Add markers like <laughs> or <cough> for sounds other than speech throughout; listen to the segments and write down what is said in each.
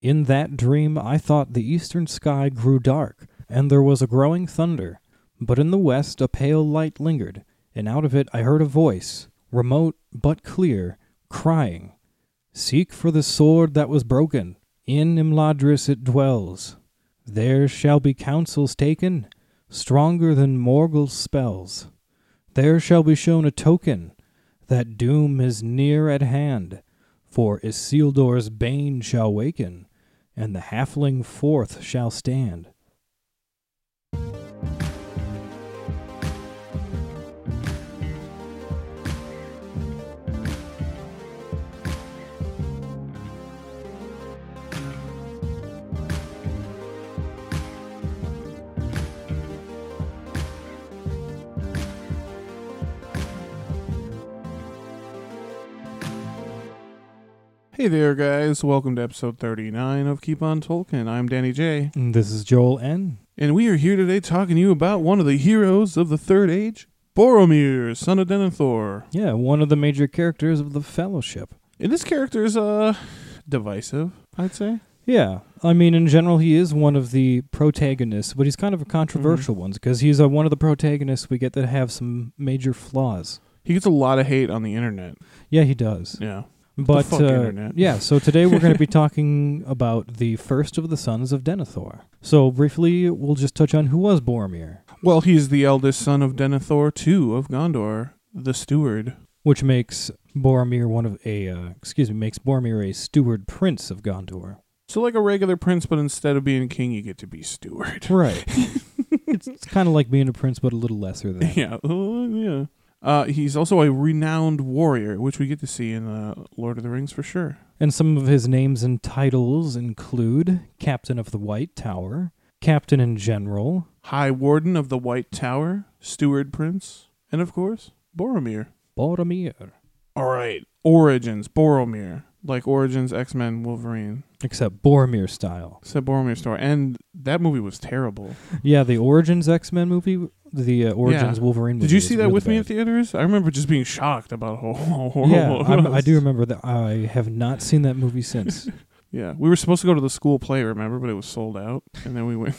In that dream I thought the eastern sky grew dark, and there was a growing thunder. But in the west a pale light lingered, and out of it I heard a voice, remote but clear, crying, Seek for the sword that was broken. In Imladris it dwells. There shall be counsels taken, stronger than Morgul's spells. There shall be shown a token that doom is near at hand, for Isildur's bane shall waken, and the halfling forth shall stand. Hey there, guys. Welcome to episode 39 of Keep On Tolkien. I'm Danny J. Mm, This is Joel N. And we are here today talking to you about one of the heroes of the Third Age, Boromir, son of Denethor. Yeah, one of the major characters of the Fellowship. And this character is, uh, divisive, I'd say. Yeah, I mean, in general, he is one of the protagonists, but he's kind of a controversial one because he's uh, one of the protagonists we get that have some major flaws. He gets a lot of hate on the internet. Yeah, he does. Yeah. But fuck, uh, internet. yeah, <laughs> so today we're going to be talking about the first of the sons of Denethor. So briefly, we'll just touch on who was Boromir, Well, he's the eldest son of Denethor II of Gondor, the steward. which makes Boromir one of a uh, excuse me makes Boromir a steward prince of Gondor. So, like a regular prince, but instead of being king, you get to be steward. <laughs> Right. <laughs> it's it's kind of like being a prince, but a little lesser than. yeah, <laughs> oh, yeah. Uh, he's also a renowned warrior, which we get to see in uh, Lord of the Rings for sure. And some of his names and titles include Captain of the White Tower, Captain in General, High Warden of the White Tower, Steward Prince, and of course Boromir. Boromir, All right, Origins Boromir, like Origins X Men Wolverine. except Boromir style. Said Boromir story, and that movie was terrible. Yeah, the Origins X Men movie, the uh, Origins Wolverine. movie Did you was see that really with me at bad. theaters? I remember just being shocked about how <laughs> how horrible. Yeah, it I'm- I <laughs> was. do remember that. I have not seen that movie <laughs> since. Yeah, we were supposed to go to the school play, remember? But it was sold out, and then we <laughs> went.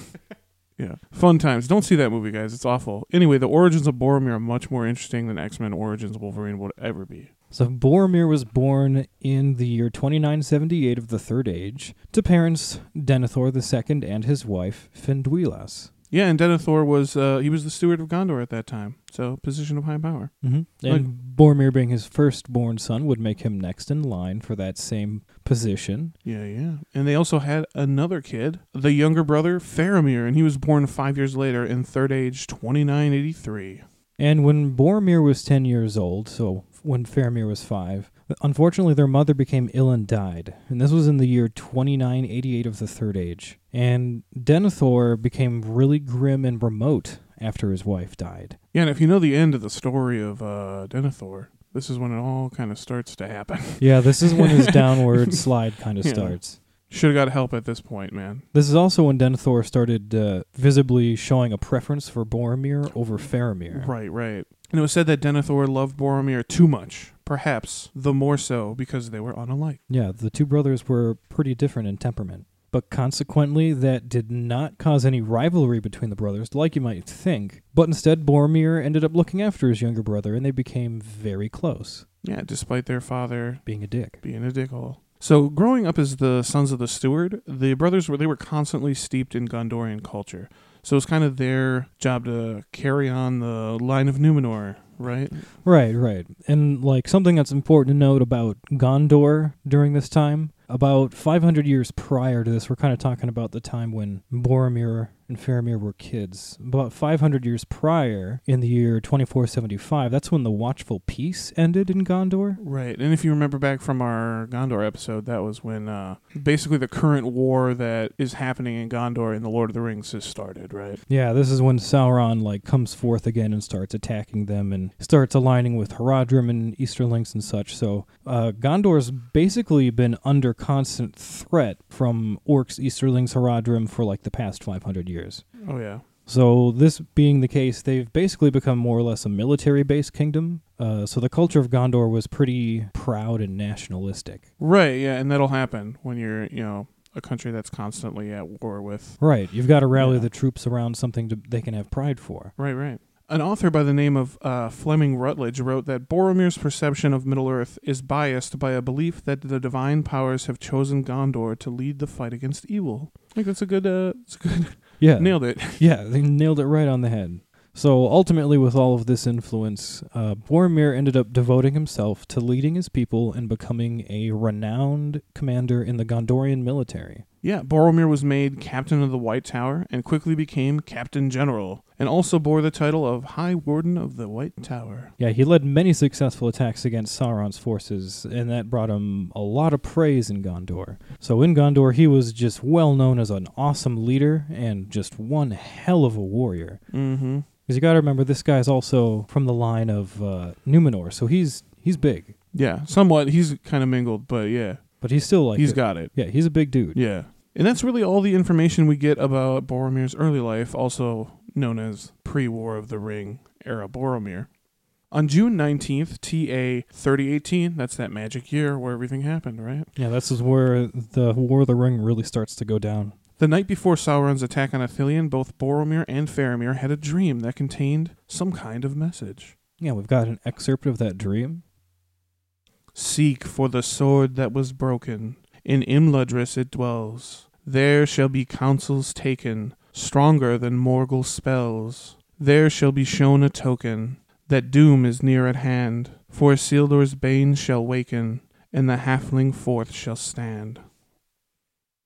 yeah, fun times. Don't see that movie, guys. It's awful. Anyway, the origins of Boromir are much more interesting than X Men Origins Wolverine would ever be. so Boromir was born in the year 2978 of the Third Age to parents Denethor II and his wife Finduilas. Yeah, and Denethor was uh, he was the steward of Gondor at that time, so position of high power. Mm-hmm. And Like- Boromir being his firstborn son would make him next in line for that same position. Yeah, yeah. And they also had another kid, the younger brother Faramir, and he was born five years later in Third Age twenty nine eighty three. And when Boromir was 10 years old, so when Faramir was 5, unfortunately their mother became ill and died. And this was in the year 2988 of the Third Age. And Denethor became really grim and remote after his wife died. Yeah, and if you know the end of the story of uh, Denethor, this is when it all kind of starts to happen. <laughs> Yeah, this is when his downward slide kind of Yeah. starts. Should have got help at this point, man. This is also when Denethor started uh, visibly showing a preference for Boromir over Faramir. Right, right. And it was said that Denethor loved Boromir too much, perhaps the more so because they were unalike. Yeah, the two brothers were pretty different in temperament. But consequently, that did not cause any rivalry between the brothers, like you might think. But instead, Boromir ended up looking after his younger brother, and they became very close, Yeah, despite their father being a dick. being a dickhole. So growing up as the sons of the steward, the brothers were they were constantly steeped in Gondorian culture. So it's kind of their job to carry on the line of Numenor, right? Right, right. And, like, something that's important to note about Gondor during this time about 500 years prior to this, we're kind of talking about the time when Boromir and Faramir were kids. About 500 years prior, in the year 2475, that's when the Watchful Peace ended in Gondor. Right. And if you remember back from our Gondor episode, that was when uh, basically the current war that is happening in Gondor in the Lord of the Rings has started, right? Yeah, this is when Sauron like comes forth again and starts attacking them and starts aligning with Haradrim and Easterlings and such. So uh, Gondor's basically been under constant threat from orcs, Easterlings, Haradrim for like the past 500 years. Oh yeah. So this being the case, they've basically become more or less a military-based kingdom. Uh, so the culture of Gondor was pretty proud and nationalistic. Right, yeah, and that'll happen when you're, you know, a country that's constantly at war with. Right. You've got to rally Yeah. the troops around something to, they can have pride for. Right, right. An author by the name of uh, Fleming Rutledge wrote that Boromir's perception of Middle Earth is biased by a belief that the divine powers have chosen Gondor to lead the fight against evil. I think that's a good, uh, that's a good <laughs> Yeah. nailed it. Yeah, they nailed it right on the head. So ultimately, with all of this influence, uh, Boromir ended up devoting himself to leading his people and becoming a renowned commander in the Gondorian military. Yeah, Boromir was made captain of the White Tower and quickly became captain general, and also bore the title of High Warden of the White Tower. Yeah, he led many successful attacks against Sauron's forces, and that brought him a lot of praise in Gondor. So in Gondor, he was just well known as an awesome leader and just one hell of a warrior. Mm-hmm. Because you got to remember, this guy's also from the line of uh, Numenor, so he's he's big, Yeah, somewhat. He's kind of mingled, but yeah, but he's still he's like a- got it. Yeah, he's a big dude. Yeah. And that's really all the information we get about Boromir's early life, also known as pre War of the Ring era Boromir. On June 19th, TA 3018, that's that magic year where everything happened, right? Yeah, this is where the War of the Ring really starts to go down. The night before Sauron's attack on Athelion, both Boromir and Faramir had a dream that contained some kind of message. Yeah, we've got an excerpt of that dream. Seek for the sword that was broken. In Imladris it dwells. There shall be counsels taken, stronger than Morgul spells. There shall be shown a token that doom is near at hand. For Isildur's bane shall waken, and the halfling forth shall stand.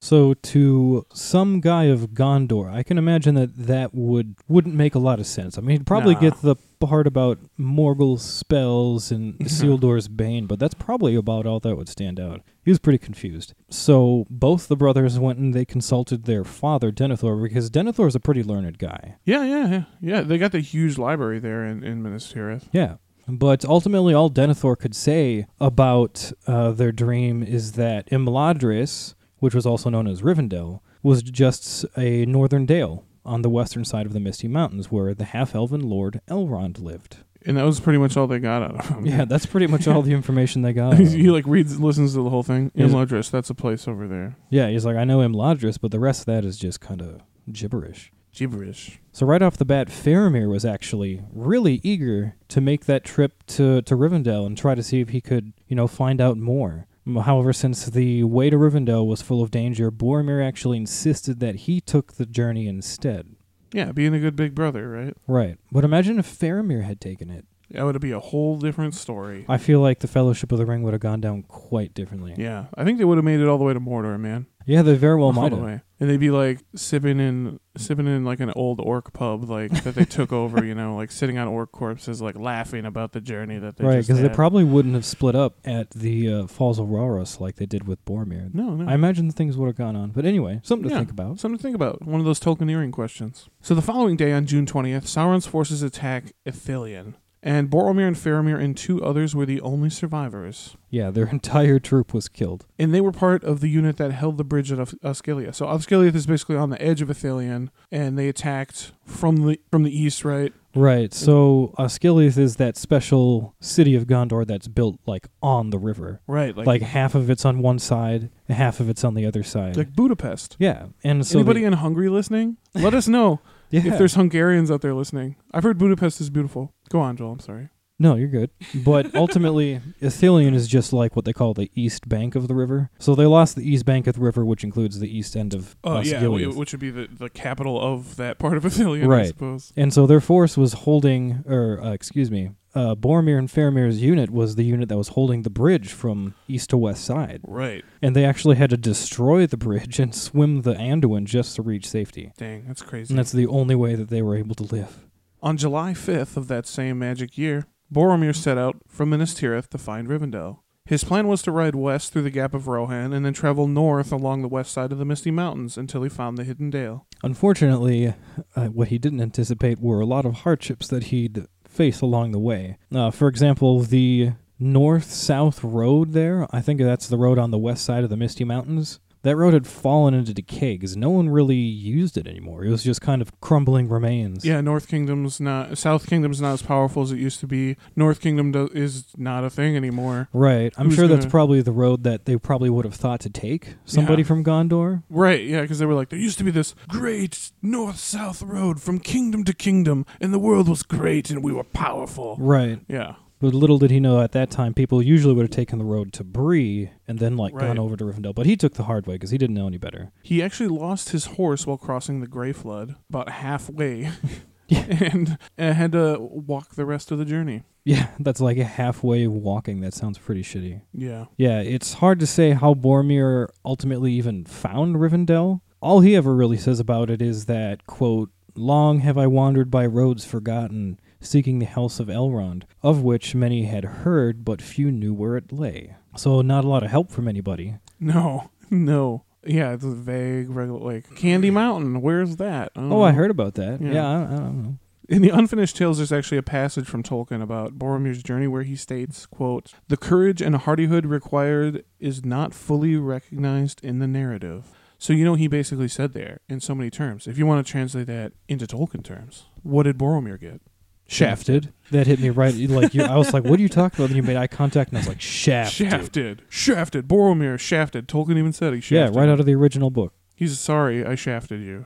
So to some guy of Gondor, I can imagine that that would wouldn't make a lot of sense. I mean, he'd probably Nah. get the part about Morgul's spells and Isildur's bane, but that's probably about all that would stand out. He was pretty confused. So both the brothers went and they consulted their father Denethor because Denethor's a pretty learned guy. Yeah, yeah, yeah. Yeah, they got the huge library there in, in Minas Tirith. Yeah. But ultimately, all Denethor could say about uh, their dream is that Imladris, which was also known as Rivendell, was just a northern dale on the western side of the Misty Mountains where the half elven lord Elrond lived. And that was pretty much all they got out of him. <laughs> Yeah, that's pretty much all the information they got. he Oh, like reads, listens to the whole thing. Is- Imladris, that's a place over there. yeah, he's like, I know Imladris, but the rest of that is just kind of gibberish. Gibberish. So right off the bat, Faramir was actually really eager to make that trip to, to Rivendell and try to see if he could, you know, find out more. Mm, However, since the way to Rivendell was full of danger, Boromir actually insisted that he took the journey instead. Yeah, being a good big brother, right? Right. But imagine if Faramir had taken it. That would be a whole different story. I feel like the Fellowship of the Ring would have gone down quite differently. yeah, I think they would have made it all the way to Mordor, man. Yeah, they very well all might the have. way. And they'd be like sipping in, sipping in like an old orc pub, like that <laughs> they took over. You know, like sitting on orc corpses, like laughing about the journey that they Right, just because they had. probably wouldn't have split up at the uh, Falls of Rauros like they did with Boromir. no, no. I imagine things would have gone on. But anyway, something to Mm-hmm. Yeah. think about. Something to think about. One of those Tolkieneering questions. So the following day, on June 20th, Sauron's forces attack Ithilien, and Boromir and Faramir and two others were the only survivors. Yeah, their <laughs> entire troop was killed. And they were part of the unit that held the bridge at Of- Osgiliath. So Osgiliath is basically on the edge of Ithilien, and they attacked from the from the east, right? Right. So Osgiliath is that special city of Gondor that's built like on the river. Right, Like, half of it's on one side, and half of it's on the other side. like Budapest. yeah. And so Anybody the- in Hungary listening? Let <laughs> us know yeah. if there's Hungarians out there listening. I've heard Budapest is beautiful. Go on, Joel. I'm sorry. No, you're good. But ultimately, <laughs> Ithilien is just like what they call the east bank of the river. So they lost the east bank of the river, which includes the east end of Uh, yeah, Osgiliath. wh- which would be the, the capital of that part of <laughs> Ithilien, I Right. suppose. And so their force was holding, or uh, excuse me, uh, Boromir and Faramir's unit was the unit that was holding the bridge from east to west side. Right. And they actually had to destroy the bridge and swim the Anduin just to reach safety. Dang, that's crazy. And that's the only way that they were able to live. On July 5th of that same magic year, Boromir set out from Minas Tirith to find Rivendell. His plan was to ride west through the Gap of Rohan and then travel north along the west side of the Misty Mountains until he found the Hidden Dale. Unfortunately, uh, what he didn't anticipate were a lot of hardships that he'd face along the way. Uh, for example, the north south road there, I think that's the road on the west side of the Misty Mountains, That road had fallen into decay because no one really used it anymore. It was just kind of crumbling remains. Yeah, North Kingdom's not South Kingdom's not as powerful as it used to be. North Kingdom do, is not a thing anymore. Right. I'm Who's sure that's gonna- probably the road that they probably would have thought to take somebody Yeah. from Gondor. Right, yeah, because they were like, there used to be this great north south road from kingdom to kingdom, and the world was great and we were powerful. Right. Yeah, But little did he know at that time, people usually would have taken the road to Bree and then like Right. gone over to Rivendell. But he took the hard way because he didn't know any better. <laughs> he actually lost his horse while crossing the Grey Flood about <laughs> halfway, <laughs> Yeah. and, and had to walk the rest of the journey. Yeah, that's like a halfway walking. That sounds pretty shitty. Yeah, Yeah, it's hard to say how Boromir ultimately even found Rivendell. All he ever really says about it is that, quote, Long have I wandered by roads forgotten, seeking the house of Elrond, of which many had heard, but few knew where it lay. So, not a lot of help from anybody. no, no. Yeah, it's a vague, regular, like Candy Mountain. Where's that? don't Mm. Oh, I know. heard about that. Yeah, Mm. Yeah. I, I don't know. In the Unfinished Tales, there's actually a passage from Tolkien about Boromir's journey where he states, quote, The courage and hardihood required is not fully recognized in the narrative. So you know he basically said there in so many terms. If you want to translate that into Tolkien terms, what did Boromir get? Shafted. That hit me right. Like you, I was like, "What are you talking about?" Then you made eye contact, and I was like, "Shafted." Shafted. Shafted. Boromir shafted. Tolkien even said he Yeah, shafted. right out of the original book. He's sorry I <laughs> shafted you.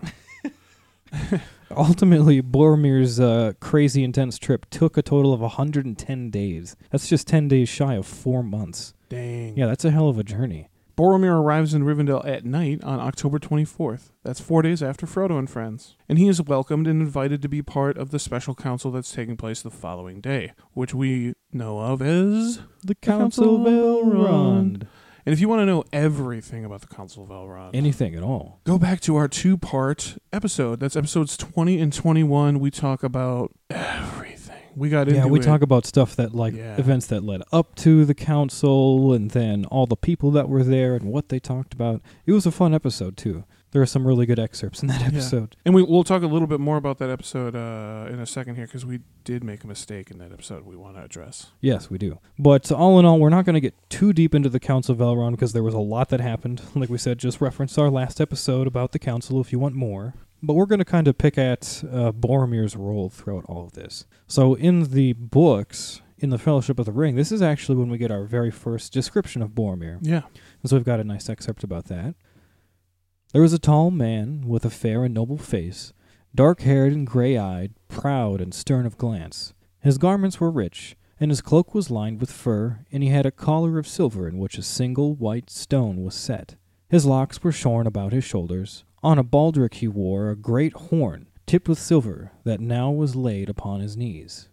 Ultimately, Boromir's uh, crazy intense trip took a total of 110 days. That's just 10 days shy of four months. Dang. Yeah, that's a hell of a journey. Boromir arrives in Rivendell at night on October 24th. That's four days after Frodo and friends. And he is welcomed and invited to be part of the special council that's taking place the following day, which we know of as. The Council Council of of Elrond. And if you want to know everything about the Council of Elrond, Anything at all. go back to our two part episode. That's episodes 20 and 21. We talk about everything. We got into Yeah, we it. talk about stuff that, like, Yeah. events that led up to the council and then all the people that were there and what they talked about. It was a fun episode, too. There are some really good excerpts in that Yeah. episode. And we, we'll talk a little bit more about that episode uh, in a second here because we did make a mistake in that episode we want to address. Yes, we do. But all in all, we're not going to get too deep into the Council of Elrond because there was a lot that happened. <laughs> Like we said, just reference our last episode about the Council if you want more. But we're going to kind of pick at uh, Boromir's role throughout all of this. So in the books, in the Fellowship of the Ring, this is actually when we get our very first description of Boromir. Yeah. And so we've got a nice excerpt about that. There was a tall man with a fair and noble face, dark haired and gray eyed, proud and stern of glance. His garments were rich, and his cloak was lined with fur, and he had a collar of silver in which a single white stone was set. His locks were shorn about his shoulders. On a baldric he wore a great horn, tipped with silver, that now was laid upon his knees.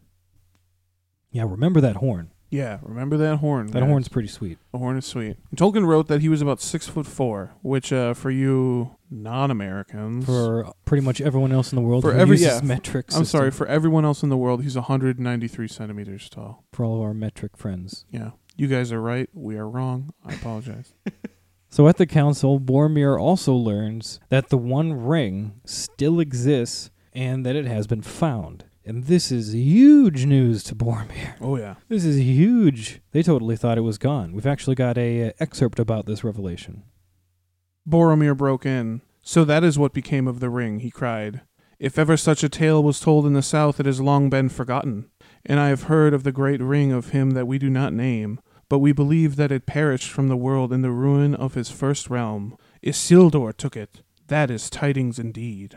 Yeah, remember that horn. Yeah, remember that horn. That guys. horn's pretty sweet. The horn is sweet. And Tolkien wrote that he was about six foot four, which uh, for you non-Americans, for pretty much everyone else in the world For who every- uses yeah. metric I'm system, sorry, for everyone else in the world, he's 193 centimeters tall. for all of our metric friends. Yeah, you guys are right. We are wrong. I apologize. So at the council, Boromir also learns that the One Ring still exists and that it has been found. And this is huge news to Boromir. <laughs> oh yeah, This is huge. They totally thought it was gone. We've actually got a uh, excerpt about this revelation. Boromir broke in. So that is what became of the ring. He cried. If ever such a tale was told in the south, it has long been forgotten. And I have heard of the great ring of him that we do not name, but we believe that it perished from the world in the ruin of his first realm. Isildur took it. That is tidings indeed.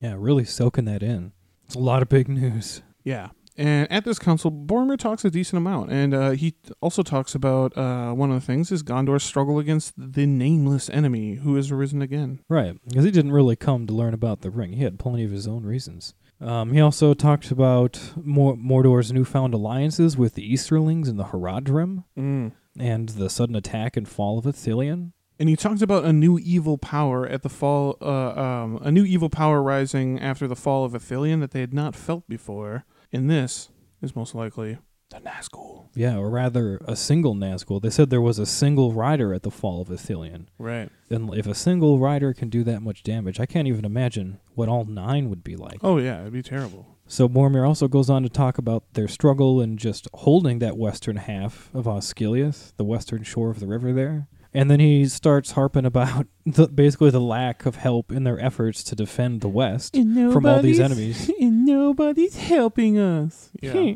Yeah, really soaking that in. It's a lot of big news. Yeah. And at this council, Boromir talks a decent amount, and uh, he t- also talks about uh, one of the things is Gondor's struggle against the nameless enemy who has arisen again. Right, because he didn't really come to learn about the ring. He had plenty of his own reasons. Um, he also talked about Mor- Mordor's newfound alliances with the Easterlings and the Haradrim, Mm. and the sudden attack and fall of Ithilien. And he talks about a new evil power at the fall, uh, um, a new evil power rising after the fall of Ithilien that they had not felt before. And this is most likely the Nazgul. Yeah, or rather, a single Nazgul. They said there was a single rider at the fall of Ithilien. Right. And if a single rider can do that much damage, I can't even imagine what all nine would be like. Oh yeah, it'd be terrible. So Boromir also goes on to talk about their struggle in just holding that western half of Osgiliath, the western shore of the river there, And then he starts harping about <laughs> the, basically the lack of help in their efforts to defend the West. From all these nobody's- <laughs> And nobody's helping us. Yeah.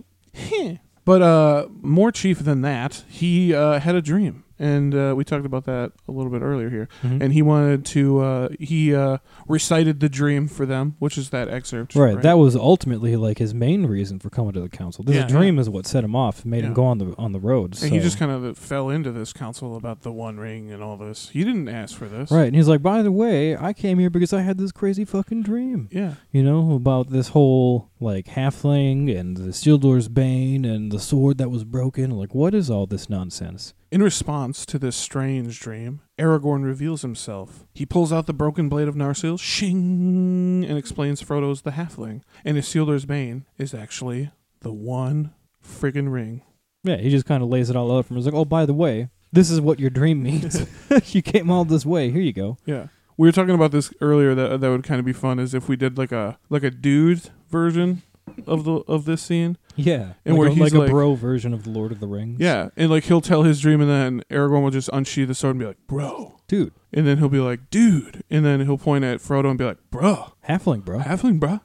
but uh, more chief than that, he uh, had a dream. And uh, we talked about that a little bit earlier here. Mhm. And he wanted to, uh, he uh, recited the dream for them, which is that excerpt. right, that was ultimately like his main reason for coming to the council. This Yeah, dream is what set him off, made him Yeah. go on the on the road. So. And he just kind of fell into this council about the One Ring and all this. He didn't ask for this. right, and he's like, by the way, I came here because I had this crazy fucking dream. Yeah. You know about this whole like halfling and the Sildur's bane and the sword that was broken. Like, what is all this nonsense? In response to this strange dream, Aragorn reveals himself. He pulls out the broken blade of Narsil, shing, and explains Frodo's the halfling, and Isildur's bane is actually the one friggin' ring. Yeah, he just kind of lays it all out for him. He's like, oh, by the way, this is what your dream <laughs> means. you came all this way. Here you go. Yeah, we were talking about this earlier. That that would kind of be fun is if we did like a like a dude version of the of this scene. Yeah, And like where a, he's like a like- bro version of the Lord of the Rings. Yeah, and like he'll tell his dream, and then Aragorn will just unsheathe the sword and be like, "Bro," dude, and then he'll be like, "Dude," and then he'll point at Frodo and be like, "Bro, halfling, bro. halfling, bruh.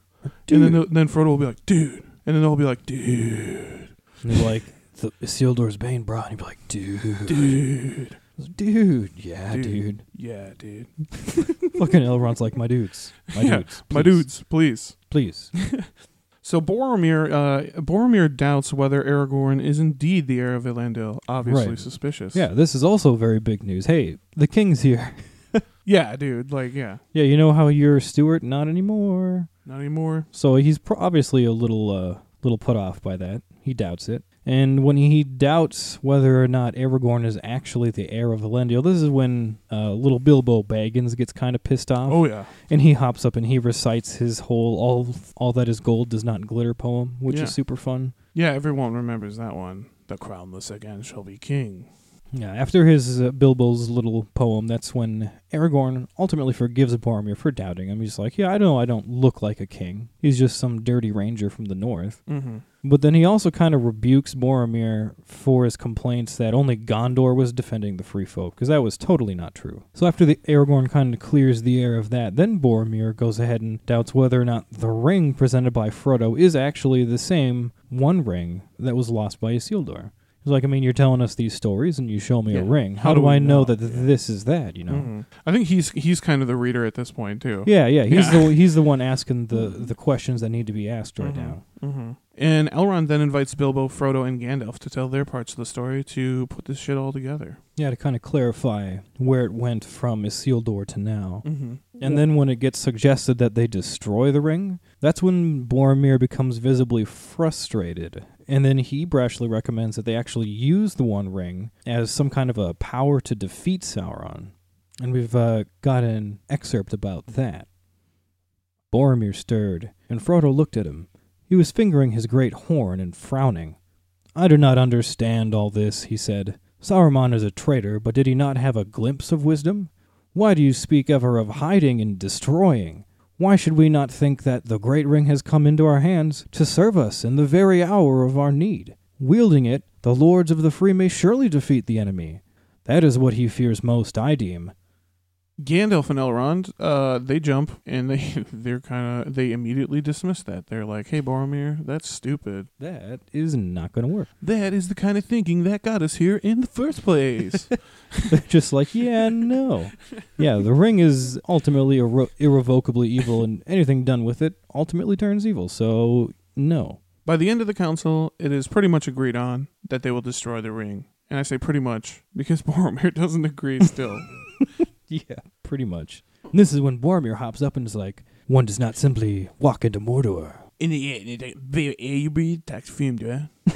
Dude. And then they'll- then Frodo will be like, dude. And then they'll be <laughs> like, dude, And he's like, the Isildur's Bane, bro. And he'd be like, dude, dude. dude, yeah, Dude. Ah, dude. Yeah, dude. Fucking Elrond's like, my dudes, my Yeah, dudes, My please, dudes, please. please. So Boromir, uh, Boromir doubts whether Aragorn is indeed the heir of Elendil. Obviously Right. suspicious. yeah, this is also very big news. Hey, the king's here. Yeah, dude. Like, yeah. Yeah, you know how you're Stuart? Not anymore. Not anymore. So he's pro- obviously a little uh, little put off by that. He doubts it. And when he doubts whether or not Aragorn is actually the heir of Elendil, this is when uh, little Bilbo Baggins gets kind of pissed off, Oh yeah. and he hops up and he recites his whole "all all that is gold does not glitter" poem, which Yeah. is super fun. Yeah, everyone remembers that one. The crownless again shall be king. Yeah, after his uh, Bilbo's little poem, that's when Aragorn ultimately forgives Boromir for doubting him. He's like, "Yeah, I know I don't look like a king. He's just some dirty ranger from the north." Mm-hmm. But then he also kind of rebukes Boromir for his complaints that only Gondor was defending the free folk, because that was totally not true. So after the Aragorn kind of clears the air of that, then Boromir goes ahead and doubts whether or not the ring presented by Frodo is actually the same one ring that was lost by Isildur. He's like, I mean, you're telling us these stories and you show me a Yeah. ring. How, do, I know, that th- this is that? You know. Mm-hmm. I think he's he's kind of the reader at this point too. Yeah, yeah. He's Yeah. the he's the one asking the the questions that need to be asked right Mhm. now. Mm-hmm. And Elrond then invites Bilbo, Frodo, and Gandalf to tell their parts of the story to put this shit all together. Yeah, to kind of clarify where it went from Isildur to now. Mm-hmm. And then when it gets suggested that they destroy the ring, that's when Boromir becomes visibly frustrated. And then he brashly recommends that they actually use the One Ring as some kind of a power to defeat Sauron. And we've uh, got an excerpt about that. Boromir stirred, and Frodo looked at him. He was fingering his great horn and frowning. I do not understand all this, he said. Saruman is a traitor, but did he not have a glimpse of wisdom? Why do you speak ever of hiding and destroying? Why should we not think that the great ring has come into our hands to serve us in the very hour of our need? Wielding it, the lords of the free may surely defeat the enemy. That is what he fears most, I deem. Gandalf and Elrond, uh, they jump and they <laughs> they're kind of they immediately dismiss that. They're like, "Hey, Boromir, that's stupid. That is not going to work. <laughs> That is the kind of thinking that got us here in the first place." They're just like, yeah, no. Yeah, the ring is ultimately irre- irrevocably evil, and anything done with it ultimately turns evil, so no. By the end of the council, it is pretty much agreed on that they will destroy the ring. And I say pretty much because <laughs> Boromir doesn't agree still. <laughs> Yeah, pretty much. And this is when Boromir hops up and is like, "One does not simply walk into Mordor." In the end, it's like, "Very angry, tax fumed, eh?" <laughs>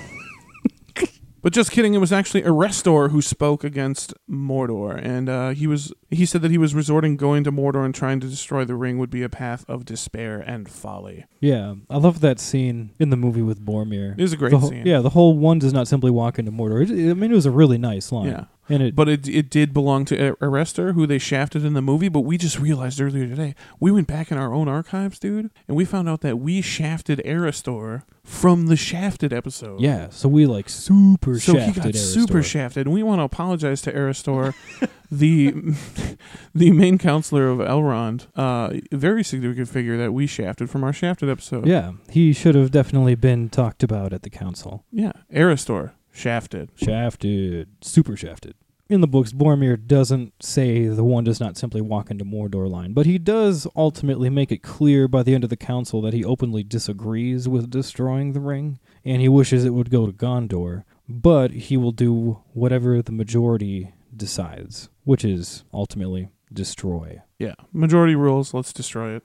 But just kidding, it was actually Arrestor who spoke against Mordor, and uh, he was he said that he was resorting going to Mordor and trying to destroy the ring would be a path of despair and folly. Yeah, I love that scene in the movie with Boromir. It was a great The whole- scene. Yeah, the whole "one does not simply walk into Mordor." It, I mean, it was a really nice line. Yeah. And it But it it did belong to Ar- Arrestor, who they shafted in the movie. But we just realized earlier today we went back in our own archives, dude, and we found out that we shafted Arrestor from the Shafted episode. yeah, so we like super so he shafted got Aristor. super shafted, and we want to apologize to Aristor, <laughs> the the main counselor of Elrond, uh, very significant figure that we shafted from our shafted episode. Yeah, he should have definitely been talked about at the council. yeah, Aristor shafted. Shafted, super shafted. In the books, Boromir doesn't say the one does not simply walk into Mordor line, but he does ultimately make it clear by the end of the council that he openly disagrees with destroying the ring, and he wishes it would go to Gondor, but he will do whatever the majority decides, which is ultimately destroy. Yeah, majority rules. Let's destroy it.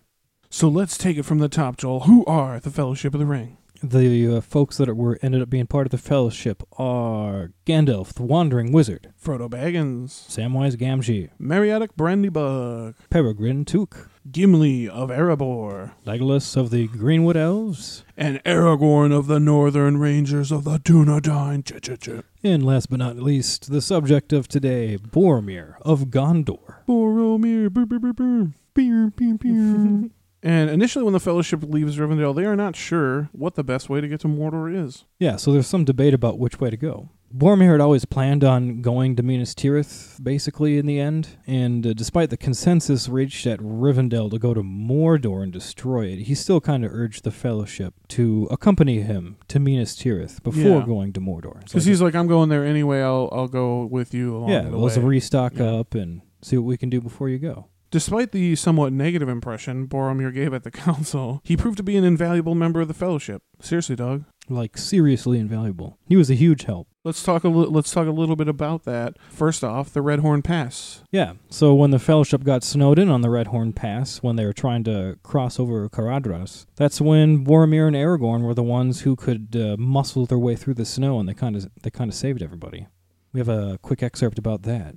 So let's take it from the top, Joel. Who are the Fellowship of the Ring? The uh, folks that were ended up being part of the Fellowship are Gandalf, the Wandering Wizard, Frodo Baggins, Samwise Gamgee, Mariotic Brandybug, Peregrine Took, Gimli of Erebor, Legolas of the Greenwood Elves, and Aragorn of the Northern Rangers of the Dunedain. Ch-ch-ch. and last but not least, the subject of today, Boromir of Gondor. Boromir. brr, brr, brr, brr. Beer, beer, beer. and initially, when the Fellowship leaves Rivendell, they are not sure what the best way to get to Mordor is. Yeah, so there's some debate about which way to go. Boromir had always planned on going to Minas Tirith, basically, in the end, and uh, despite the consensus reached at Rivendell to go to Mordor and destroy it, he still kind of urged the Fellowship to accompany him to Minas Tirith before Yeah. going to Mordor. It's Because like- he's like, I'm going there anyway. I'll I'll go with you along yeah, the let's way. restock Yeah. up and see what we can do before you go. Despite the somewhat negative impression Boromir gave at the <laughs> council, he proved to be an invaluable member of the Fellowship. Seriously, dog. like seriously invaluable. He was a huge help. Let's talk a li- let's talk a little bit about that. First off, the Red Horn Pass. Yeah. So when the Fellowship got snowed in on the Red Horn Pass when they were trying to cross over Caradhras, that's when Boromir and Aragorn were the ones who could uh, muscle their way through the snow, and they kind of they kind of saved everybody. We have a quick excerpt about that.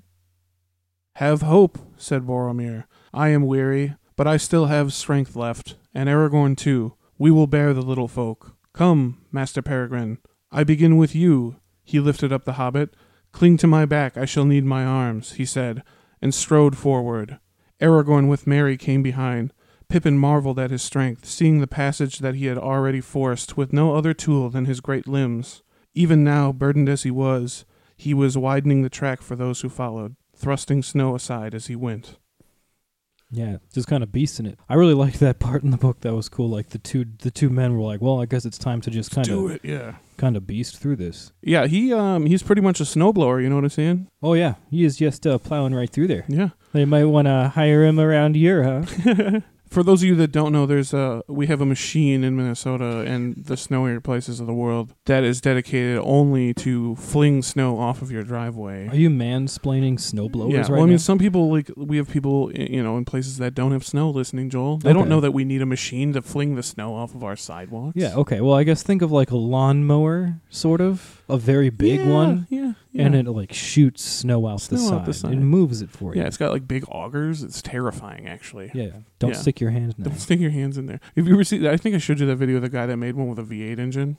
Have hope, said Boromir. I am weary, but I still have strength left, and Aragorn too. We will bear the little folk. Come, Master Peregrine. I begin with you. He lifted up the hobbit. Cling to my back, I shall need my arms, he said, and strode forward. Aragorn with Mary came behind. Pippin marveled at his strength, seeing the passage that he had already forced with no other tool than his great limbs. Even now, burdened as he was, he was widening the track for those who followed, thrusting snow aside as he went. Yeah, just kind of beasting it. I really liked that part in the book. That was cool. Like the two the two men were like, "Well, I guess it's time to just kind of it, yeah. kind of beast through this." Yeah, he um he's pretty much a snowblower, you know what I'm saying? Oh yeah, he is just uh, plowing right through there. Yeah. <laughs> They might want to hire him around here, huh? For those of you that don't know, there's a we have a machine in Minnesota and the snowier places of the world that is dedicated only to fling snow off of your driveway. Are you mansplaining snowblowers yeah, right well, I mean, now? some people like we have people, i- you know, in places that don't have snow. Listening, Joel, they Okay. don't know that we need a machine to fling the snow off of our sidewalks. yeah, okay. Well, I guess think of like a lawnmower, sort of, a very big Yeah, one, Yeah, and yeah. it like shoots snow out, the, Snow side. out the It side. moves it for you. yeah, it's got like big augers. It's terrifying, actually. Yeah, Don't Yeah. stick your hand <laughs> in Don't there. stick your hands in there. If you ever see, I think I showed you that video of the guy that made one with a V8 engine,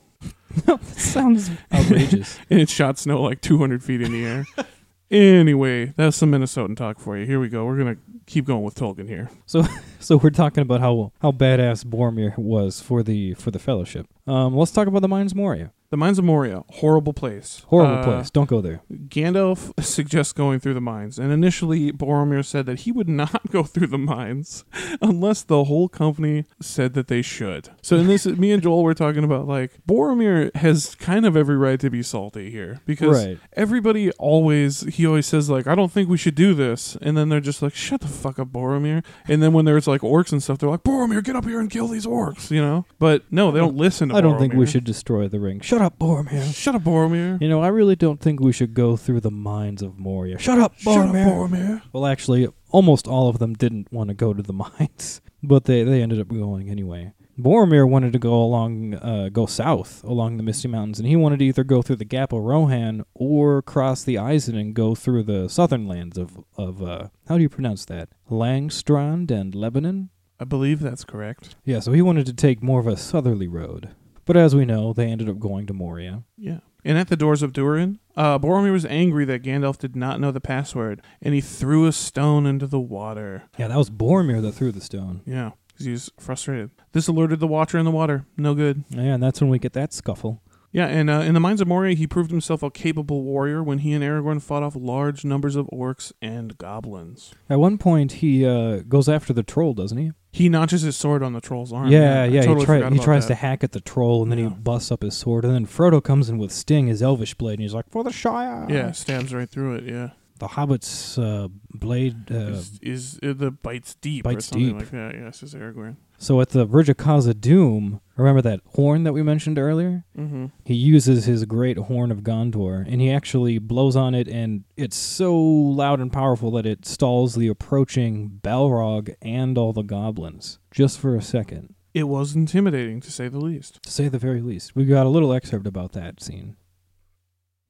sounds <laughs> outrageous. and it shot snow like 200 feet in the air. <laughs> anyway, that's some Minnesotan talk for you. Here we go. We're gonna keep going with Tolkien here. so we're talking about how how badass Boromir was for the for the Fellowship. Um, let's talk about the Mines Moria. The Mines of Moria, horrible place. Horrible Uh, place. Don't go there. Gandalf <laughs> suggests going through the mines, and initially Boromir said that he would <laughs> not go through the mines unless the whole company said that they should. So in this, me and Joel were talking about like Boromir has kind of every right to be salty here because Right. everybody always he always says like I don't think we should do this, and then they're just like shut the fuck up, Boromir. And then when there's like orcs and stuff, they're like Boromir, get up here and kill these orcs, you know? But no, they don't listen to. I don't think we Boromir. should destroy the ring. Shut up, Boromir. Shut up, Boromir. You know, I really don't think we should go through the mines of Moria. Shut up, Boromir. Shut up, Boromir. Well, actually, almost all of them didn't want to go to the <laughs> mines, but they, they ended up going anyway. Boromir wanted to go along, uh, go south along the Misty Mountains, and he wanted to either go through the Gap of Rohan or cross the Isen and go through the southern lands of of uh, how do you pronounce that? Langstrand and Lebanon. I believe that's correct. Yeah, so he wanted to take more of a southerly road. But as we know, they ended up going to Moria. Yeah. And at the doors of Durin, uh, Boromir was angry that Gandalf did not know the password, and he threw a stone into the water. Yeah, that was Boromir that threw the stone. Yeah, 'cause he was frustrated. This alerted the Watcher in the water. No good. Yeah, and that's when we get that scuffle. Yeah, and uh, in the Mines of Moria, he proved himself a capable warrior when he and Aragorn fought off large numbers of orcs and goblins. At one point, he uh, goes after the troll, doesn't he? He notches his sword on the troll's arm. yeah, I yeah. totally he, try- forgot he about tries that. to hack at the troll, and then Yeah. he busts up his sword. And then Frodo comes in with Sting, his elvish blade, and he's like, "For the Shire." Yeah, stabs right through it. Yeah, The Hobbit's uh, blade. Uh, is, is uh, the bites deep or bites something deep. like that? Yeah, says Aragorn. so at the Verge of Khazad Doom, remember that horn that we mentioned earlier? Mm-hmm. He uses his great horn of Gondor, and he actually blows on it, and it's so loud and powerful that it stalls the approaching Balrog and all the goblins, just for a second, It was intimidating to say the least. to say the very least. We've got a little excerpt about that scene.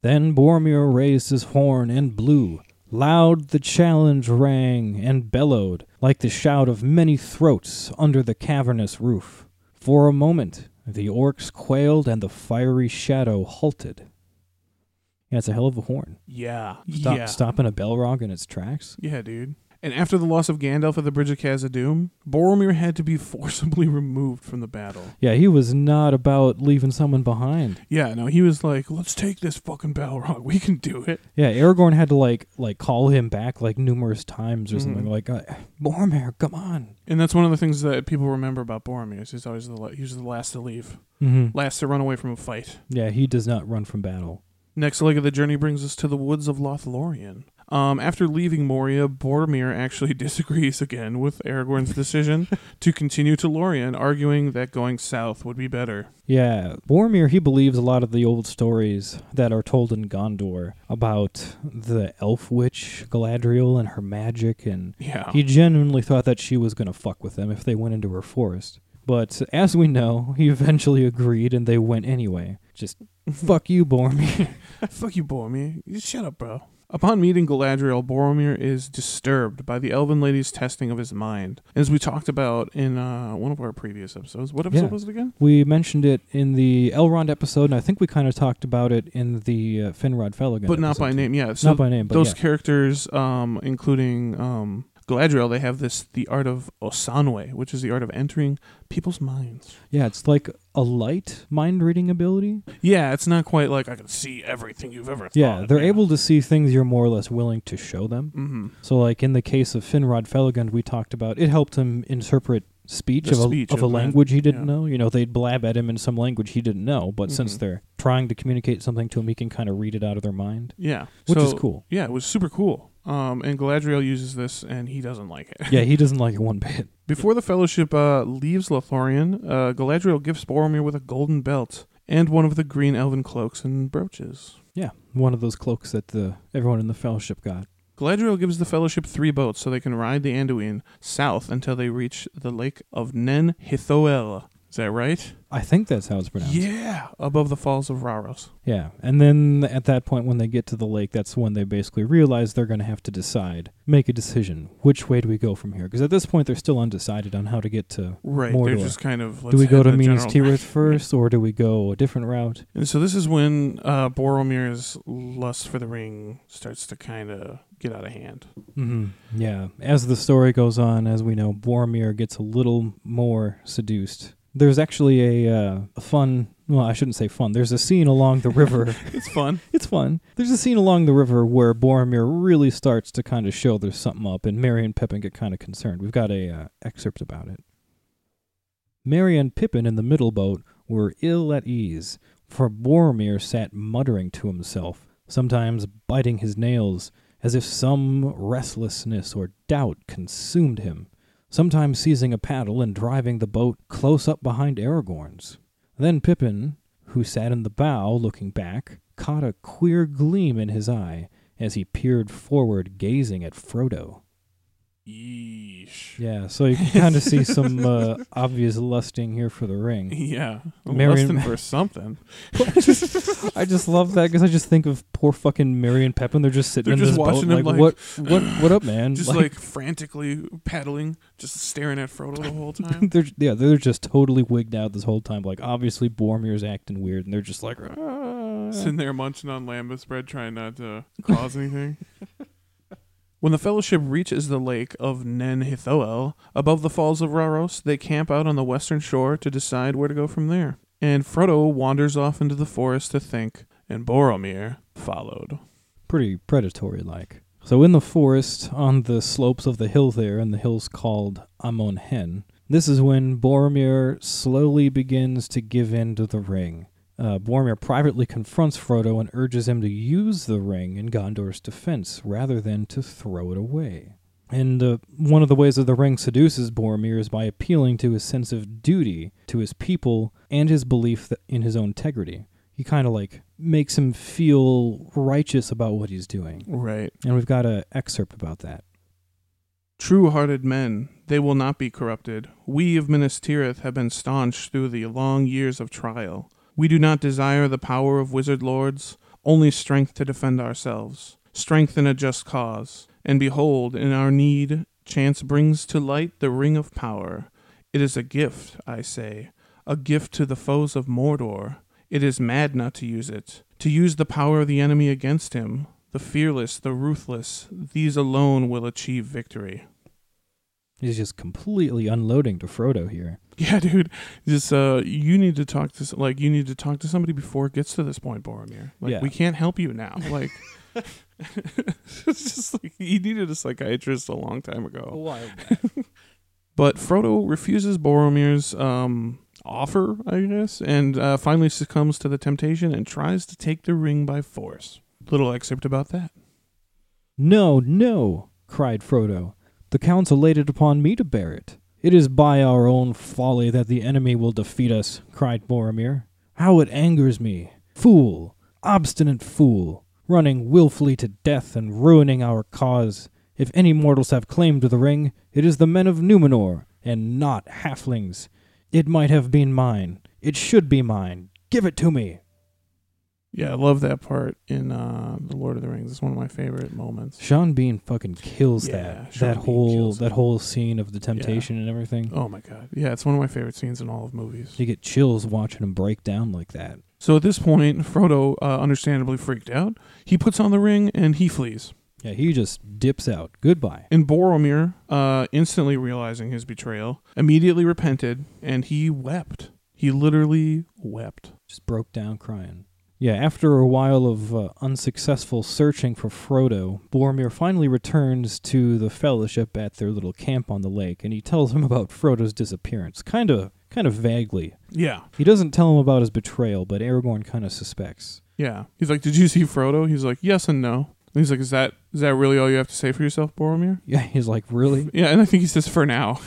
Then Boromir raised his horn and blew. Loud the challenge rang and bellowed, like the shout of many throats under the cavernous roof. For a moment, the orcs quailed and the fiery shadow halted. Yeah, it's a hell of a horn. Yeah, Stop, yeah, Stopping a Belrog in its tracks. yeah, dude. And after the loss of Gandalf at the Bridge of Khazad-dûm, Boromir had to be <laughs> forcibly removed from the battle. Yeah, he was not about leaving someone behind. Yeah, no, he was like, "Let's take this fucking Balrog. We can do it." Yeah, Aragorn had to like like call him back like numerous times or Mhm. something like, uh, "Boromir, come on." And that's one of the things that people remember about Boromir. Is he's always the la- he's the last to leave, Mm-hmm. last to run away from a fight. Yeah, he does not run from battle. Next leg of the journey brings us to the woods of Lothlorien. Um, after leaving Moria, Boromir actually <laughs> disagrees again with Aragorn's <laughs> decision to continue to Lorien, arguing that going south would be better. Yeah, Boromir, he believes a lot of the old stories that are told in Gondor about the elf witch Galadriel and her magic, and Yeah, he genuinely thought that she was going to fuck with them if they went into her forest. But as we know, he eventually agreed and they went anyway. Just fuck you, Boromir. <laughs> Fuck you, Boromir. You shut up, bro. Upon meeting Galadriel, Boromir is disturbed by the Elven Lady's testing of his mind. As we talked about in uh, one of our previous episodes. What episode Yeah. was it again? We mentioned it in the Elrond episode, and I think we kind of talked about it in the uh, Finrod Felagund. but not by episode, too. name, yeah. So not by name, but those yeah. characters, um, including um, Galadriel, they have this the art of Osanwe, which is the art of entering people's minds. yeah, it's like a light mind reading ability. Yeah, it's not quite like I can see everything you've ever Yeah, they're able to see things you're more or less willing to show them. Mm-hmm. So, like in the case of Finrod Felagund, we talked about it helped him interpret speech The of a, speech of a of man, language he didn't yeah. know. You know, they'd blab at him in some language he didn't know, but since Mhm. they're trying to communicate something to him, he can kind of read it out of their mind, Yeah, which is So, cool. Yeah, it was super cool. Um, and Galadriel uses this, and he doesn't like <laughs> it. yeah, he doesn't like it one bit. Before the Fellowship uh, leaves Lothlorien, uh, Galadriel gifts Boromir with a golden belt and one of the green elven cloaks and brooches. Yeah, one of those cloaks that the everyone in the fellowship got. Galadriel gives the Fellowship three boats so they can ride the Anduin south until they reach the Lake of Nen Hithoel. Is that right? I think that's how it's pronounced. Yeah, above the falls of Raros. Yeah, and then at that point, when they get to the lake, that's when they basically realize they're going to have to decide, make a decision, which way do we go from here? Because at this point, they're still undecided on how to get to. Right, they're Mordor. just kind of. Let's do we go head to the Minas general- Tirith first, or do we go a different route? And so this is when uh, Boromir's lust for the ring starts to kind of get out of hand. hmm Mm-hmm. Yeah, as the story goes on, as we know, Boromir gets a little more seduced. There's actually a, uh, a fun. Well, I shouldn't say fun. There's a scene along the river. It's <laughs> fun. it's fun. There's a scene along the river where Boromir really starts to kind of show there's something up, and Merry and Pippin get kind of concerned. We've got a uh, excerpt about it. Merry and Pippin in the middle boat were ill at ease, for Boromir sat muttering to himself, sometimes biting his nails, as if some restlessness or doubt consumed him, sometimes seizing a paddle and driving the boat close up behind Aragorn's. Then Pippin, who sat in the bow looking back, caught a queer gleam in his eye as he peered forward, gazing at Frodo. Yeesh. Yeah, so you can kind of see some uh, obvious lusting here for the ring. Yeah. Marion- Lusting for <laughs> something. I just love that because I just think of poor fucking Merry and Pepin. They're just sitting in They're just this boat, watching him, like, like, what, what, what up, man? <laughs> Just like, frantically paddling, just staring at Frodo the whole time. <laughs> they're yeah, they're just totally wigged out this whole time. Like obviously Boromir's acting weird, and they're just like, "Ah." Sitting there munching on lambus bread, trying not to cause anything. <laughs> when the fellowship reaches the lake of Nenhithoel, above the falls of Raros, they camp out on the western shore to decide where to go from there. And Frodo wanders off into the forest to think, and Boromir followed. pretty predatory like. So in the forest, on the slopes of the hill there, and the hill's called Amon Hen, this is when Boromir slowly begins to give in to the ring. Uh, Boromir privately confronts Frodo and urges him to use the ring in Gondor's defense rather than to throw it away. And uh, one of the ways that the ring seduces Boromir is by appealing to his sense of duty to his people and his belief that in his own integrity. He kind of like makes him feel righteous about what he's doing. Right. And we've got an excerpt about that. True hearted men, they will not be corrupted. We of Minas Tirith have been staunch through the long years of trial. We do not desire the power of wizard lords, only strength to defend ourselves, strength in a just cause. And behold, in our need, chance brings to light the ring of power. It is a gift, I say, a gift to the foes of Mordor. It is mad not to use it, to use the power of the enemy against him. The fearless, the ruthless, these alone will achieve victory. He's just completely unloading to Frodo here. Yeah, <laughs> dude. Just uh, you need to talk to s- like you need to talk to somebody before it gets to this point, Boromir. Like Yeah. we can't help you now. Like <laughs> it's just like he needed a psychiatrist a long time Oh. ago. But Frodo refuses Boromir's um offer, I guess, and uh, finally succumbs to the temptation and tries to take the ring by force. Little excerpt about that. No, no, cried Frodo. The council laid it upon me to bear it. It is by our own folly that the enemy will defeat us, cried Boromir. How it angers me! Fool! Obstinate fool! Running wilfully to death and ruining our cause. If any mortals have claim to the ring, it is the men of Numenor, and not halflings. It might have been mine. It should be mine. Give it to me! Yeah, I love that part in uh, the Lord of the Rings. It's one of my favorite moments. Sean Bean fucking kills Yeah, that. Sean that Bean whole kills that it. whole scene of the temptation and everything. Oh my god. Yeah, it's one of my favorite scenes in all of movies. You get chills watching him break down like that. So at this point, Frodo, uh, understandably freaked out, he puts on the ring and he flees. Yeah, he just dips out. Goodbye. And Boromir, uh, instantly realizing his betrayal, immediately repented and he wept. He literally wept. Just broke down crying. Yeah, after a while of uh, unsuccessful searching for Frodo, Boromir finally returns to the Fellowship at their little camp on the lake, and he tells him about Frodo's disappearance, kind of, kind of vaguely. Yeah, He doesn't tell him about his betrayal, but Aragorn kind of suspects. yeah. He's like, "Did you see Frodo?" He's like, "Yes and no." And he's like, "Is that is that really all you have to say for yourself, Boromir?" Yeah, he's like, <laughs> really? Yeah, and I think he says, "For now."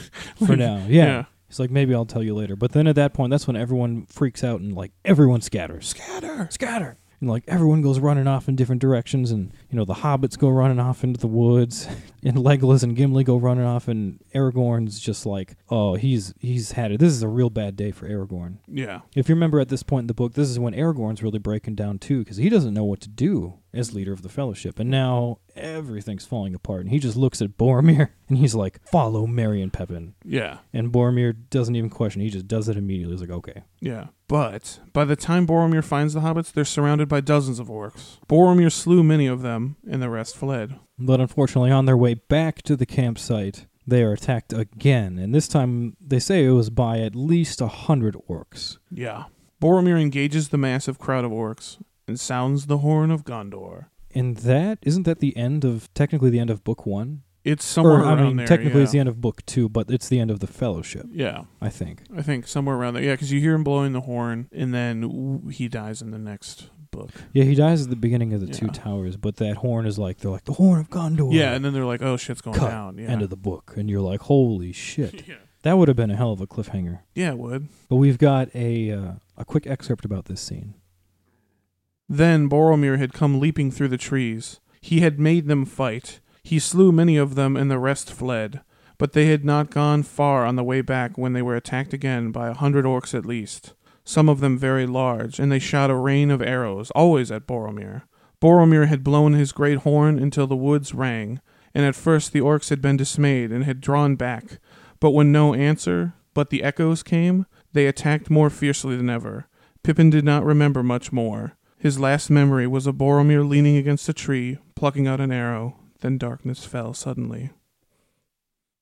For now, yeah. He's like, maybe I'll tell you later. But then at that point, that's when everyone freaks out and like everyone scatters. Scatter! Scatter! And like everyone goes running off in different directions, and you know, the hobbits go running off into the woods, <laughs> and Legolas and Gimli go running off, and Aragorn's just like, oh, he's he's had it. This is a real bad day for Aragorn. yeah. If you remember at this point in the book, this is when Aragorn's really breaking down too, because he doesn't know what to do as leader of the Fellowship, and now everything's falling apart, and he just looks at Boromir <laughs> and he's like, follow Merry and Pippin. Yeah. And Boromir doesn't even question. He just does it immediately. He's like, okay. Yeah. But by the time Boromir finds the hobbits, they're surrounded by dozens of orcs. Boromir slew many of them, and the rest fled. But unfortunately, on their way back to the campsite, they are attacked again. And this time, they say it was by at least a hundred orcs. Yeah. Boromir engages the massive crowd of orcs and sounds the horn of Gondor. And that, isn't that the end of, technically the end of book one? It's somewhere or, I around mean, there. technically yeah. it's the end of book two, but it's the end of the fellowship, Yeah, I think. I think somewhere around there. Yeah, because you hear him blowing the horn, and then w- he dies in the next book. Yeah, he dies at the beginning of the Two Yeah. Towers, but that horn is like, they're like, the horn of Gondor. Yeah, and then they're like, "Oh shit's going Cut. down." Yeah. End of the book. And you're like, holy <laughs> shit. yeah. that would have been a hell of a cliffhanger. Yeah, it would. But we've got a uh, a quick excerpt about this scene. Then Boromir had come leaping through the trees. He had made them fight. He slew many of them, and the rest fled. But they had not gone far on the way back when they were attacked again by a hundred orcs at least, some of them very large, and they shot a rain of arrows, always at Boromir. Boromir had blown his great horn until the woods rang, and at first the orcs had been dismayed and had drawn back. But when no answer, but the echoes came, they attacked more fiercely than ever. Pippin did not remember much more His last memory was of Boromir leaning against a tree, plucking out an arrow. Then darkness fell suddenly.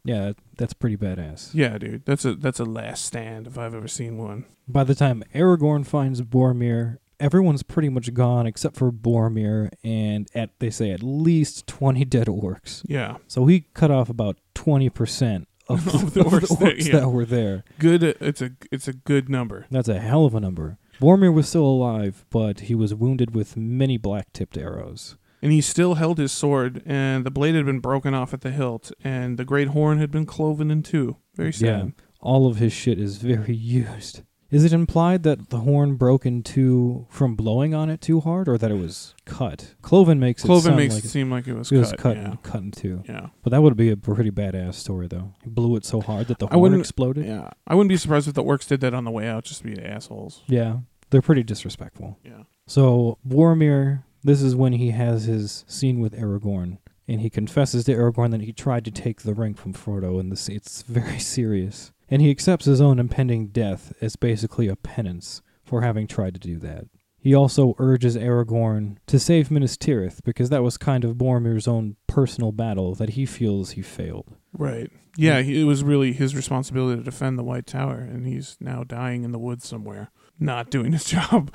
Yeah, that's pretty badass. Yeah, dude, that's a that's a last stand if I've ever seen one. By the time Aragorn finds Boromir, everyone's pretty much gone except for Boromir and at they say at least 20 dead orcs. Yeah, So he cut off about 20% of, <laughs> Of the orcs that- yeah. that were there. good. It's a it's a good number. That's a hell of a number. Boromir was still alive, but he was wounded with many black-tipped arrows. And he still held his sword, and the blade had been broken off at the hilt, and the great horn had been cloven in two. Very sad. All of his shit is very used. Is it implied that the horn broke in two from blowing on it too hard, or that it was cut? Cloven makes it Cloven sound makes like it seem like it was it was cut. cut, Yeah. and cut in two. Yeah. But that would be a pretty badass story, though. He blew it so hard that the I horn wouldn't- exploded. Yeah. Yeah. I wouldn't be surprised if the orcs did that on the way out just to be assholes. they're pretty disrespectful. Yeah. So Boromir, this is when he has his scene with Aragorn, and he confesses to Aragorn that he tried to take the ring from Frodo, and this it's <laughs> very serious. And he accepts his own impending death as basically a penance for having tried to do that. He also urges Aragorn to save Minas Tirith because that was kind of Boromir's own personal battle that he feels he failed. Right. Yeah, he, it was really his responsibility to defend the White Tower, and he's now dying in the woods somewhere, not doing his <laughs> job.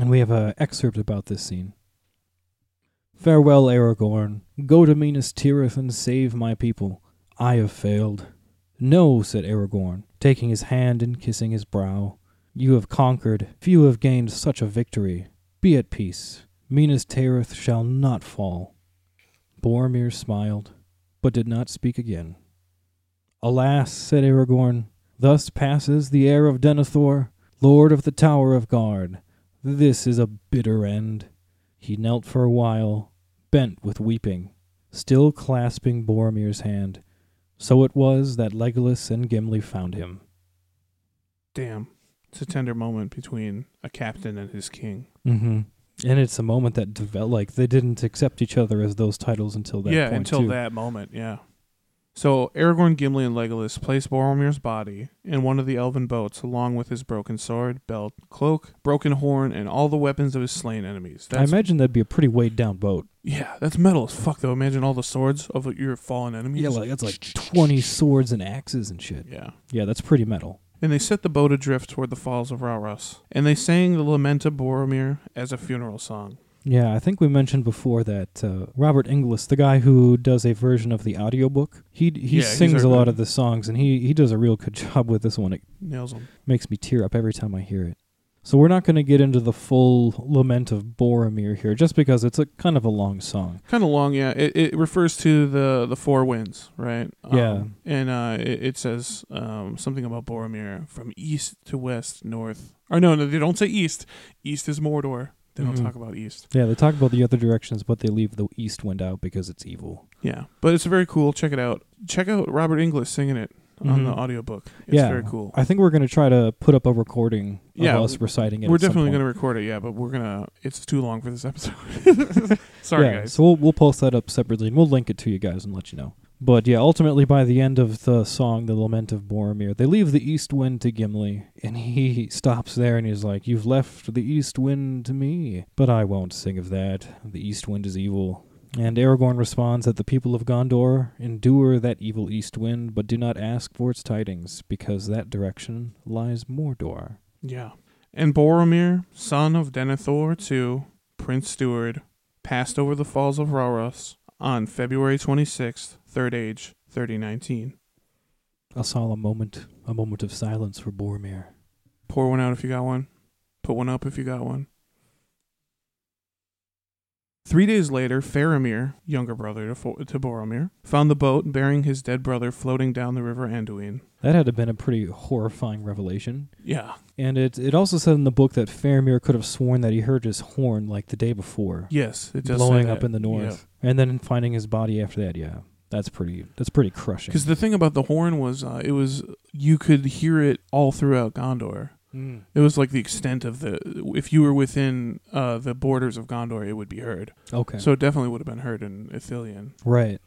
And we have an excerpt about this scene. Farewell, Aragorn. Go to Minas Tirith and save my people. I have failed. No, said Aragorn, taking his hand and kissing his brow. You have conquered. Few have gained such a victory. Be at peace. Minas Tirith shall not fall. Boromir smiled, but did not speak again. Alas, said Aragorn, thus passes the heir of Denethor, lord of the Tower of Guard. This is a bitter end. He knelt for a while, bent with weeping, still clasping Boromir's hand. So it was that Legolas and Gimli found him. Damn. It's a tender moment between a captain and his king. Mm-hmm. And it's a moment that developed, like, they didn't accept each other as those titles until that yeah, point, until too. that moment, yeah. So Aragorn, Gimli, and Legolas place Boromir's body in one of the elven boats, along with his broken sword, belt, cloak, broken horn, and all the weapons of his slain enemies. I That's, imagine that'd be a pretty weighed down boat. yeah, that's metal as fuck, though. Imagine all the swords of your fallen enemies. Yeah, like, that's like 20 swords and axes and shit. yeah. Yeah, that's pretty metal. And they set the boat adrift toward the falls of Rauros, and they sang the lament of Boromir as a funeral song. Yeah, I think we mentioned before that uh, Robert Inglis, the guy who does a version of the audiobook, he he Yeah, he's sings our a lot guy. of the songs and he he does a real good <laughs> job with this one. It Nails them. makes me tear up every time I hear it. So we're not going to get into the full lament of Boromir here just because it's a kind of a long song. Kind of long, yeah. It, it refers to the the four winds, right? Yeah. And uh, it, it says um, something about Boromir from east to west, north. Or no, no, they don't say east. East is Mordor. They don't Mhm. talk about east. Yeah, they talk about the other directions but they leave the east wind out because it's evil. Yeah, but it's very cool. Check it out. Check out Robert Inglis singing it on the Mhm. audiobook. It's yeah. very cool. I think we're going to try to put up a recording of Yeah, us reciting it. We're at some definitely point. going to record it, yeah, but we're going to. It's too long for <laughs> this episode. <laughs> Sorry, yeah, guys. So we'll, we'll post that up separately and we'll link it to you guys and let you know. But yeah, ultimately by the end of the song, The Lament of Boromir, they leave the East Wind to Gimli, and he <laughs> stops there and he's like, You've left the East Wind to me, but I won't sing of that. The East Wind is evil. And Aragorn responds that the people of Gondor endure that evil East Wind, but do not ask for its tidings, because that direction lies Mordor. Yeah. And Boromir, son of Denethor II, Prince Steward, passed over the falls of Rauros on February 26th, Third Age, 3019. A solemn moment, a moment of silence for Boromir. Pour one out if you got one. Put one up if you got one. Three days later, Faramir, younger brother to, Fo- to Boromir, found the boat bearing his dead brother floating down the river Anduin. That had to have been a pretty horrifying revelation. Yeah, And it it also said in the book that Faramir could have sworn that he heard his horn like the day before yes, it does. say blowing that. up in the Yeah. north, and then finding his body after that. Yeah, that's pretty that's pretty crushing. Because the thing about the horn was, uh, it was you could hear it all throughout Gondor. Mm. It was like the extent of the if you were within uh, the borders of Gondor, it would be heard. Okay, So it definitely would have been heard in Ithilien. right,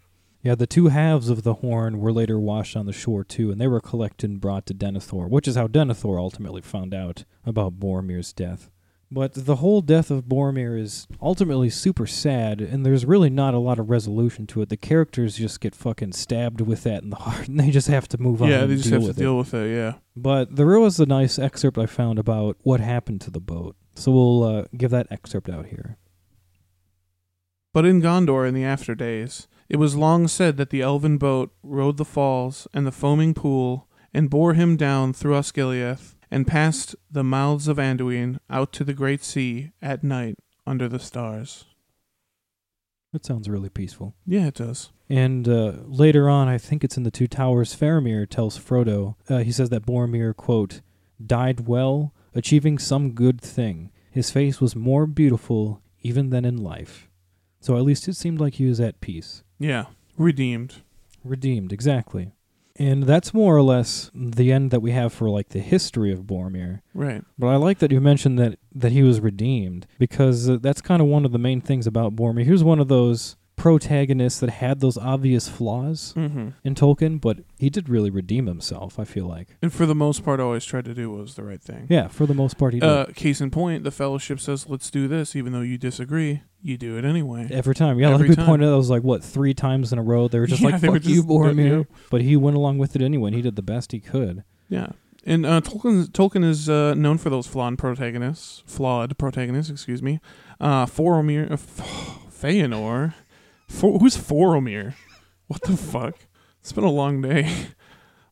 yeah. The two halves of the horn were later washed on the shore too, and they were collected and brought to Denethor, which is how Denethor ultimately found out about Boromir's death. But the whole death of Boromir is ultimately super sad, and there's really not a lot of resolution to it. The characters just get fucking stabbed with that in the <laughs> heart, and they just have to move on. yeah, and they just deal have to with it. deal with it. Yeah. But there was a nice excerpt I found about what happened to the boat. So we'll uh, give that excerpt out here. But in Gondor in the after days, it was long said that the elven boat rode the falls and the foaming pool, and bore him down through Osgiliath, and past the mouths of Anduin out to the great sea at night under the stars. That sounds really peaceful. Yeah, it does. And uh, later on, I think it's in the Two Towers, Faramir tells Frodo, uh, he says that Boromir, quote, died well, achieving some good thing. His face was more beautiful even than in life. So at least it seemed like he was at peace. Yeah, redeemed. Redeemed, exactly. And that's more or less the end that we have for like the history of Boromir. Right. But I like that you mentioned that that he was redeemed because uh, that's kind of one of the main things about Boromir. He was one of those protagonists that had those obvious flaws Mm-hmm. in Tolkien, but he did really redeem himself. I feel like, And for the most part, always tried to do what was the right thing. yeah, for the most part, he did Uh, case in point, the fellowship says, "Let's do this," even though you disagree. You do it anyway. every time. Yeah, every like we time. pointed out, it was like what three times in a row they were just Yeah, like they were "fuck you, just- Boromir," yeah. but he went along with it anyway. and He did the best he could. Yeah. And uh, Tolkien Tolkien is uh, known for those flawed protagonists, flawed protagonists, excuse me. Uh, Foromir, uh, <sighs> F- Feanor, For- who's Foromir? What the fuck? It's been a long day. <laughs>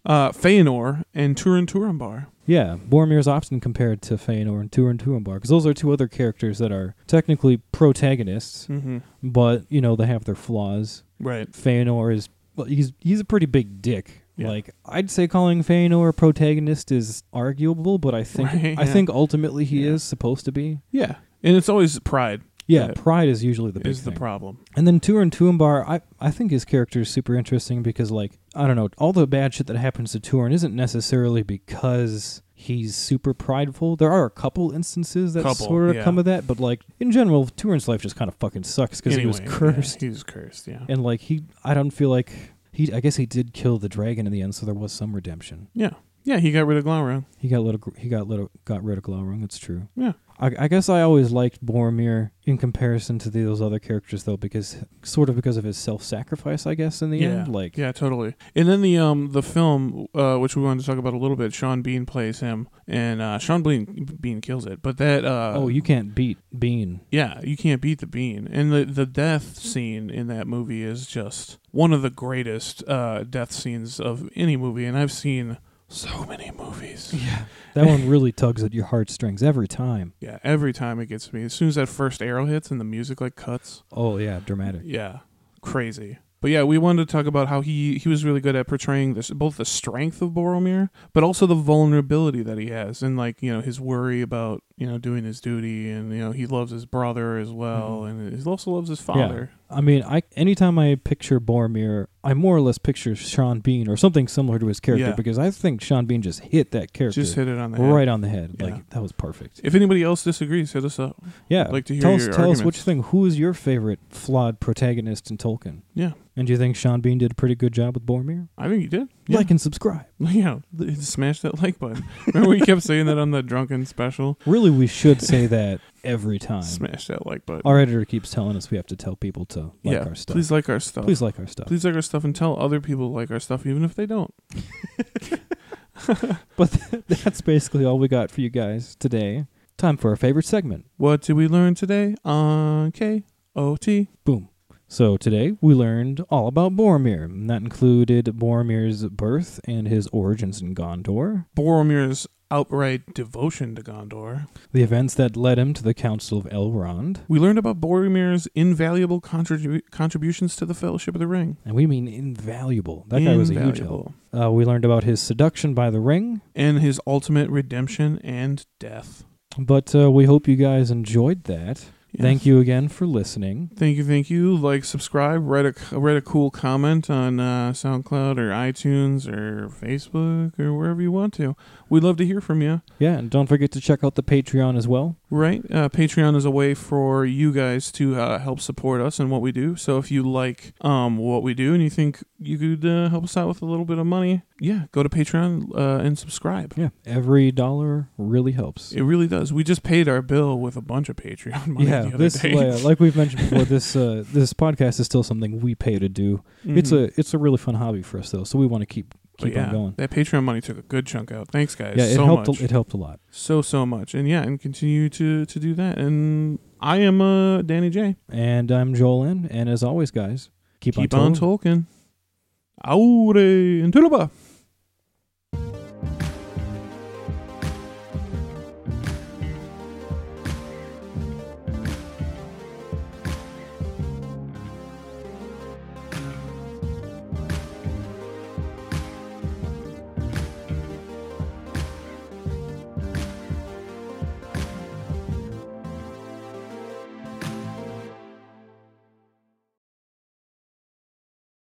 Uh, Feanor and Turin Turambar. Yeah, Boromir is often compared to Feanor and Turin Turambar because those are two other characters that are technically protagonists, Mm-hmm. but you know they have their flaws. Right. Feanor is well, he's he's a pretty big dick. Yeah. Like I'd say calling Feanor a protagonist is arguable, but I think Right, I yeah. think ultimately he Yeah. is supposed to be. Yeah. And it's always pride Yeah, Yeah. pride is usually the big is the thing. problem. and then Turin Tuambar, I I think his character is super interesting because like I don't know, all the bad shit that happens to Turin isn't necessarily because he's super prideful. There are a couple instances that Couple, sort of yeah. come of that, but like in general, Turin's life just kind of fucking sucks because he was Anyway, cursed. Yeah, he was cursed. Yeah. and like he i don't feel like he i guess he did kill the dragon in the end so there was some redemption Yeah. He got rid of Glaurung. he got little he got little got rid of Glaurung. It's true. Yeah. I, I guess I always liked Boromir in comparison to the, those other characters though, because sort of because of his self sacrifice. I guess in the Yeah. end, like Yeah, totally. And then the um the film uh, which we wanted to talk about a little bit. Sean Bean plays him, and uh, Sean Bean Bean kills it. But that uh, oh, you can't beat <laughs> Bean. yeah, you can't beat the Bean. And the the death scene in that movie is just one of the greatest uh, death scenes of any movie. And I've seen so many movies. Yeah, that one really tugs at your heartstrings every time. Yeah, every time it gets me. As soon as that first arrow hits and the music like cuts. Oh yeah, dramatic. Yeah, crazy. But yeah, we wanted to talk about how he he was really good at portraying this both the strength of Boromir, but also the vulnerability that he has, and like you know his worry about you know doing his duty, and you know he loves his brother as well, Mm-hmm. and he also loves his father. I mean, I anytime I picture Boromir, I more or less picture Sean Bean or something similar to his character Yeah. because I think Sean Bean just hit that character. Just hit it on the head. right on the head. Yeah. Like that was perfect. If anybody else disagrees, hit us up. Yeah. I'd like to hear tell us, your tell us what arguments. you think. Who is your favorite flawed protagonist in Tolkien? Yeah. And do you think Sean Bean did a pretty good job with Boromir? I think you did. Yeah. Like and subscribe. yeah, th- smash that like button. <laughs> Remember we kept saying that on the drunken special. <laughs> Really, we should say that every time. Smash that like button. Our editor keeps telling us we have to tell people to like yeah, our stuff. please like our stuff. Please like our stuff. Please like our stuff and tell other people to like our stuff, even if they don't. But <laughs> that's basically all we got for you guys today. Time for our favorite segment. What did we learn today on KOT? Boom. So today we learned all about Boromir, and that included Boromir's birth and his origins in Gondor, Boromir's outright devotion to Gondor. the events that led him to the Council of Elrond, We learned about Boromir's invaluable contribu- contributions to the Fellowship of the Ring. and we mean invaluable. That guy was a huge help. Invaluable. Uh, we learned about his seduction by the ring, And his ultimate redemption and death. but uh, we hope you guys enjoyed that. Yes. Thank you again for listening. Thank you, thank you. Like, subscribe, write a write a cool comment on uh, SoundCloud or iTunes or Facebook or wherever you want to. We'd love to hear from you. Yeah, and don't forget to check out the Patreon as well. Right. Uh, Patreon is a way for you guys to uh, help support us and what we do. So if you like um, what we do and you think you could uh, help us out with a little bit of money, yeah, go to Patreon uh, and subscribe. Yeah, every dollar really helps. It really does. We just paid our bill with a bunch of Patreon <laughs> money. the yeah, other this day. like, <laughs> like we've mentioned before, this uh, this podcast is still something we pay to do. It's Mhm. a it's a really fun hobby for us though, so we want to keep Mm-hmm. But keep on going. That Patreon money took a good chunk out. Thanks, guys. Yeah, it Oh, so helped much. A, it helped a lot. so so much, and yeah, and continue to to do that. And I am uh Danny J. And I'm Joel N, and as always, guys, keep, Keep on on tolling. talking. Aure and Tuluba.